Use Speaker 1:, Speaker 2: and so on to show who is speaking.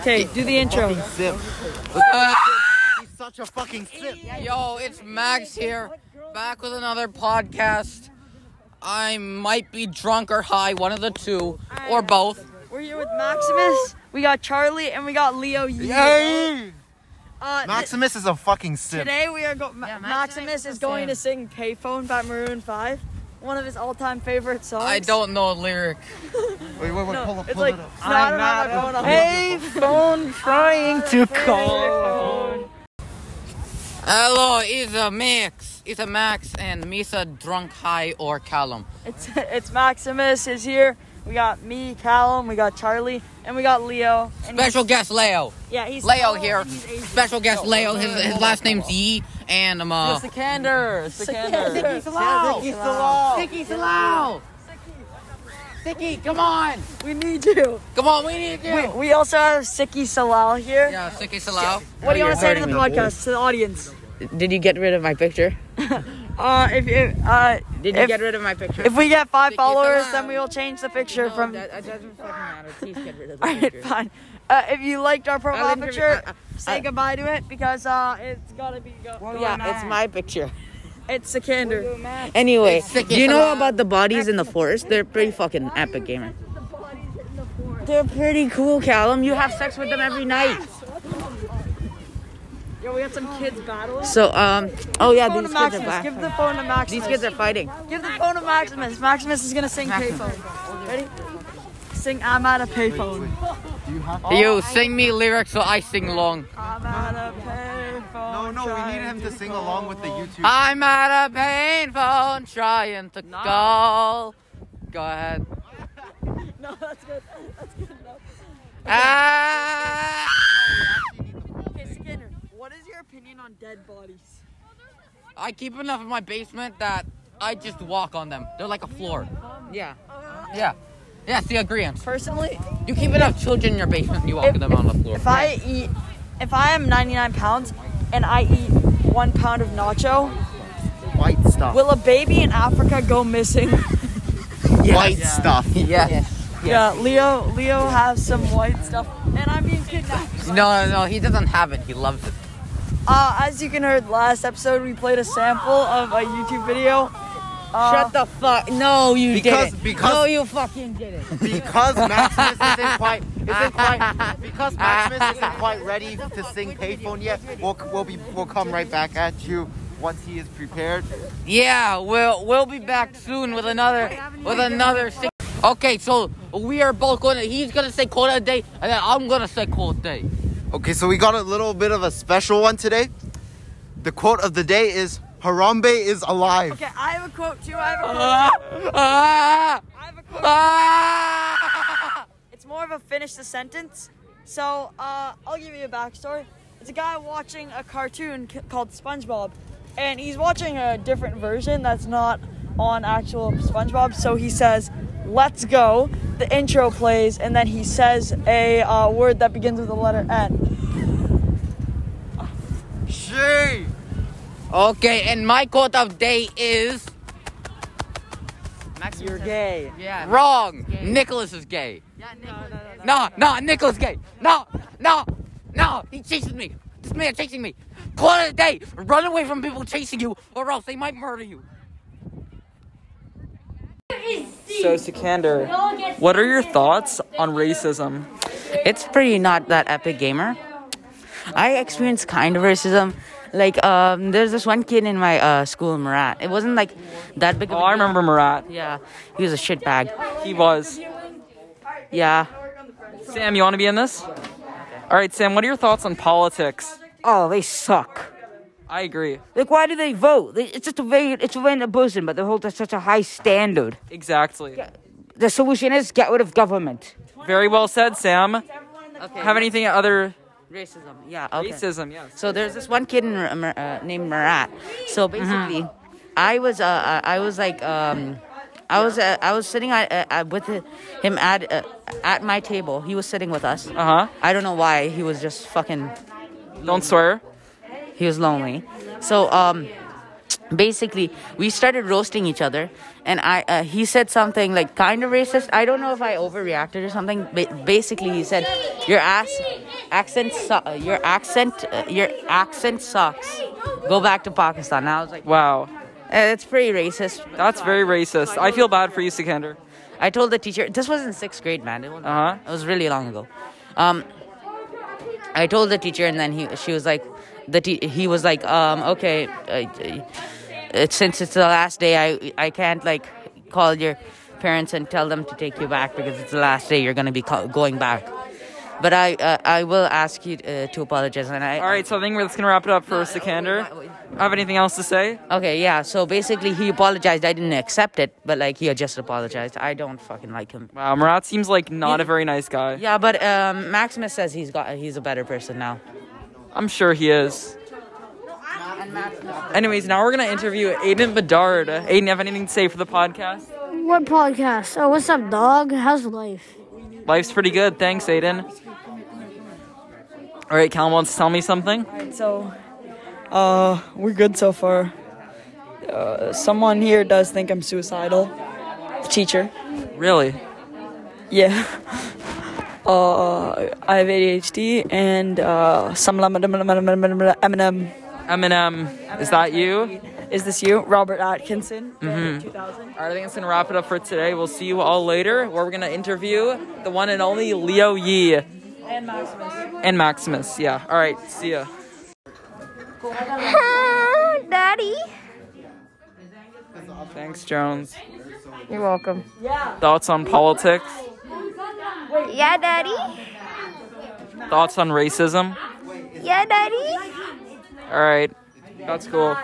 Speaker 1: Okay, do the intro.
Speaker 2: Sip. He's such a fucking sip.
Speaker 3: Yo, it's Max here, back with another podcast. I might be drunk or high, one of the two, or both.
Speaker 1: We're here with Maximus. We got Charlie and we got Leo. Yee. Uh, th-
Speaker 2: Maximus is a fucking sip.
Speaker 1: today we are go- Ma-
Speaker 3: Yeah,
Speaker 1: Maximus,
Speaker 3: Maximus
Speaker 1: is
Speaker 3: is
Speaker 1: going to sing "Payphone" by Maroon Five, one of his all-time favorite songs.
Speaker 3: I don't know a lyric.
Speaker 2: Wait, wait, wait, pull up,
Speaker 1: It's
Speaker 2: pull
Speaker 1: like
Speaker 2: it up.
Speaker 1: no, I don't have my phone. up.
Speaker 2: phone trying to call.
Speaker 3: Hello, it's a Max. It's a Max and Misa drunk high or Callum.
Speaker 1: It's it's Maximus is here. We got me, Callum. We got Charlie, and we got Leo. And
Speaker 3: Special guest Leo.
Speaker 1: yeah, he's
Speaker 3: Leo
Speaker 1: tall
Speaker 3: here.
Speaker 1: and he's Asian.
Speaker 3: Special guest Leo. His, his last name's Yi, and I'm uh.
Speaker 4: Sikander, Sikander.
Speaker 3: Sicky's allowed.
Speaker 2: He's allowed.
Speaker 3: Sicky's allowed. Sicky, come on.
Speaker 1: We need you.
Speaker 3: Come on, we need
Speaker 1: We,
Speaker 3: you.
Speaker 1: we also have Siki Salal here.
Speaker 3: Yeah, Sicky's allowed.
Speaker 1: What do you want to say to the
Speaker 2: hurting me.
Speaker 1: podcast, to the audience?
Speaker 4: Did you get rid of my picture?
Speaker 1: Uh, if, if uh,
Speaker 4: Did you
Speaker 1: If-
Speaker 4: get rid of my picture?
Speaker 1: if we get five
Speaker 3: Siki
Speaker 1: followers,
Speaker 3: Salal.
Speaker 1: then we will change the picture
Speaker 4: No,
Speaker 1: from.
Speaker 4: that, that doesn't fucking matter. Please get rid of the
Speaker 1: All right,
Speaker 4: picture.
Speaker 1: fine. Uh, if you liked our profile
Speaker 4: I'll interview-
Speaker 1: picture,
Speaker 4: I- I-
Speaker 1: say
Speaker 4: I-
Speaker 1: goodbye to it because uh, it's gotta be. Go-
Speaker 4: yeah, it's my picture.
Speaker 1: It's Sikander.
Speaker 4: Anyway,
Speaker 3: sick
Speaker 4: do you
Speaker 3: as
Speaker 4: know
Speaker 3: hell.
Speaker 4: about the bodies in the forest? They're pretty fucking epic, gamer. They're pretty cool, Callum. You have sex with them every night.
Speaker 1: Yo, we got some kids battling.
Speaker 4: So, um, oh yeah,
Speaker 1: Phone to
Speaker 4: these kids are
Speaker 1: Maximus. Give
Speaker 4: black.
Speaker 1: the phone to Maximus.
Speaker 4: These kids are fighting.
Speaker 1: Give the phone to Maximus. Maximus is gonna sing payphone. Ready? Sing I'm at a payphone.
Speaker 2: Do you have
Speaker 3: You sing me lyrics so I sing along.
Speaker 1: I'm at a payphone.
Speaker 2: No, no, we need him to sing along with the YouTube.
Speaker 3: I'm at a pain phone trying to call. Go ahead.
Speaker 1: No, that's good. That's good enough.
Speaker 3: Ah,
Speaker 1: Okay, Skinner, what is your opinion on dead bodies?
Speaker 3: I keep enough in my basement that I just walk on them. They're like a floor.
Speaker 4: Yeah.
Speaker 3: Yeah. Yes, the agreement.
Speaker 1: Personally,
Speaker 3: You keep enough children in your basement and you walk them on the floor.
Speaker 1: if I eat, if I am 99 pounds and I eat one pound of nacho,
Speaker 2: White stuff.
Speaker 1: will a baby in Africa go missing?
Speaker 2: White stuff.
Speaker 3: Yes.
Speaker 1: Yeah, Leo, Leo has some white stuff, and I'm being kidnapped.
Speaker 3: No, no, no. He doesn't have it. He loves it.
Speaker 1: Uh, as you can heard last episode, we played a sample of a YouTube video. Uh,
Speaker 4: Shut the fuck. No, you
Speaker 2: Because-
Speaker 4: didn't.
Speaker 2: because-
Speaker 4: no, you fucking didn't.
Speaker 2: Because Maximus isn't quite, isn't quite, because Maximus isn't quite ready to sing payphone yet. We'll, we'll be, we'll come right back at you once he is prepared.
Speaker 3: Yeah, we'll we'll be back soon with another with another. Six. Okay, so we are both going. to He's gonna say quote of the day, and then I'm gonna say quote of the day.
Speaker 2: Okay, so we got a little bit of a special one today. The quote of the day is Harambe is alive.
Speaker 1: okay, I have a quote too. I have a quote.
Speaker 3: Ah, ah,
Speaker 1: I have a quote.
Speaker 3: ah.
Speaker 1: It's more of a finish the sentence. So uh, I'll give you a backstory. It's a guy watching a cartoon c- called SpongeBob, and he's watching a different version that's not on actual SpongeBob. So he says, "Let's go." The intro plays, and then he says a uh, word that begins with the letter N.
Speaker 2: She.
Speaker 3: Okay, and my quote of the day is
Speaker 1: You're gay.
Speaker 3: wrong. Nicholas is gay. No, no, Nicholas is gay. No, no, no. He chases me. This man chasing me. Quote of the day: Run away from people chasing you, or else they might murder you.
Speaker 5: So, Sikander, what are your thoughts on racism?
Speaker 4: it's pretty not that epic gamer. I experienced kind of racism. Like, um, there's this one kid in my uh, school, Marat. It wasn't like that big of a
Speaker 5: Oh, I remember Marat.
Speaker 4: Yeah, he was a shitbag.
Speaker 5: He was.
Speaker 4: Yeah.
Speaker 5: Sam, you want to be in this? All right, Sam, what are your thoughts on politics?
Speaker 4: Oh, they suck.
Speaker 5: I agree.
Speaker 4: Like, why do they vote? They, it's just a vain, it's a vain person, but they hold to such a high standard.
Speaker 5: Exactly.
Speaker 4: The solution is get rid of government.
Speaker 5: Very well said, Sam. Have anything other
Speaker 4: Racism. Yeah. Okay.
Speaker 5: racism? Yes.
Speaker 4: So there's this one kid in, uh, Mar- uh, named Marat. So basically, I was uh, uh, I was like um, I was uh, I was sitting at, uh, uh, with him at uh, at my table. He was sitting with us. Um,
Speaker 5: Uh huh.
Speaker 4: I don't know why he was just fucking
Speaker 5: Don't swear.
Speaker 4: he was lonely. So um, basically, we started roasting each other, and I uh, he said something like kind of racist. I don't know if I overreacted or something. Ba- basically, he said, "Your ass accent, su- uh, your accent, uh, your accent sucks. Go back to Pakistan." And I was like,
Speaker 5: Wow.
Speaker 4: eh, "It's pretty racist."
Speaker 5: That's very racist. I feel bad for you, Sikander.
Speaker 4: I told the teacher this was in sixth grade, man. It was,
Speaker 5: Uh-huh.
Speaker 4: it was really long ago. Um, I told the teacher, and then he she was like, the te- he was like, um, okay, uh, uh, since it's the last day, I I can't like call your parents and tell them to take you back because it's the last day you're gonna be co- going back. But I uh, I will ask you uh, to apologize, and I
Speaker 5: All right, so I think we're that's gonna wrap it up for Sikander. Have anything else to say?
Speaker 4: Okay, yeah. So basically, he apologized. I didn't accept it, but like he just apologized. I don't fucking like him.
Speaker 5: Wow, Murat seems like not a very nice guy.
Speaker 4: Yeah, but um, Maximus says he's got he's a better person now.
Speaker 5: I'm sure he is. Anyways, now we're gonna interview Aiden Bedard. Aiden, have anything to say for the podcast?
Speaker 6: What podcast? Oh, what's up, dog? How's life?
Speaker 5: Life's pretty good, thanks, Aiden. All right, Callum wants to tell me something.
Speaker 1: So, uh, we're good so far. Uh, someone here does think I'm suicidal. The teacher.
Speaker 5: Really?
Speaker 1: Yeah. Uh, I have ADHD and uh, some Eminem.
Speaker 5: Eminem, is that you?
Speaker 1: Is this you, Robert Atkinson? 2000.
Speaker 5: All right, I think that's gonna wrap it up for today. We'll see you all later, where we're gonna interview the one and only Leo Yee
Speaker 1: And Maximus.
Speaker 5: and Maximus. Yeah. All right. See ya.
Speaker 6: Daddy.
Speaker 5: Thanks, Jones.
Speaker 6: You're welcome.
Speaker 5: Thoughts on politics?
Speaker 6: Yeah, Daddy.
Speaker 5: Thoughts on racism?
Speaker 6: Yeah, Daddy.
Speaker 5: All right. That's cool.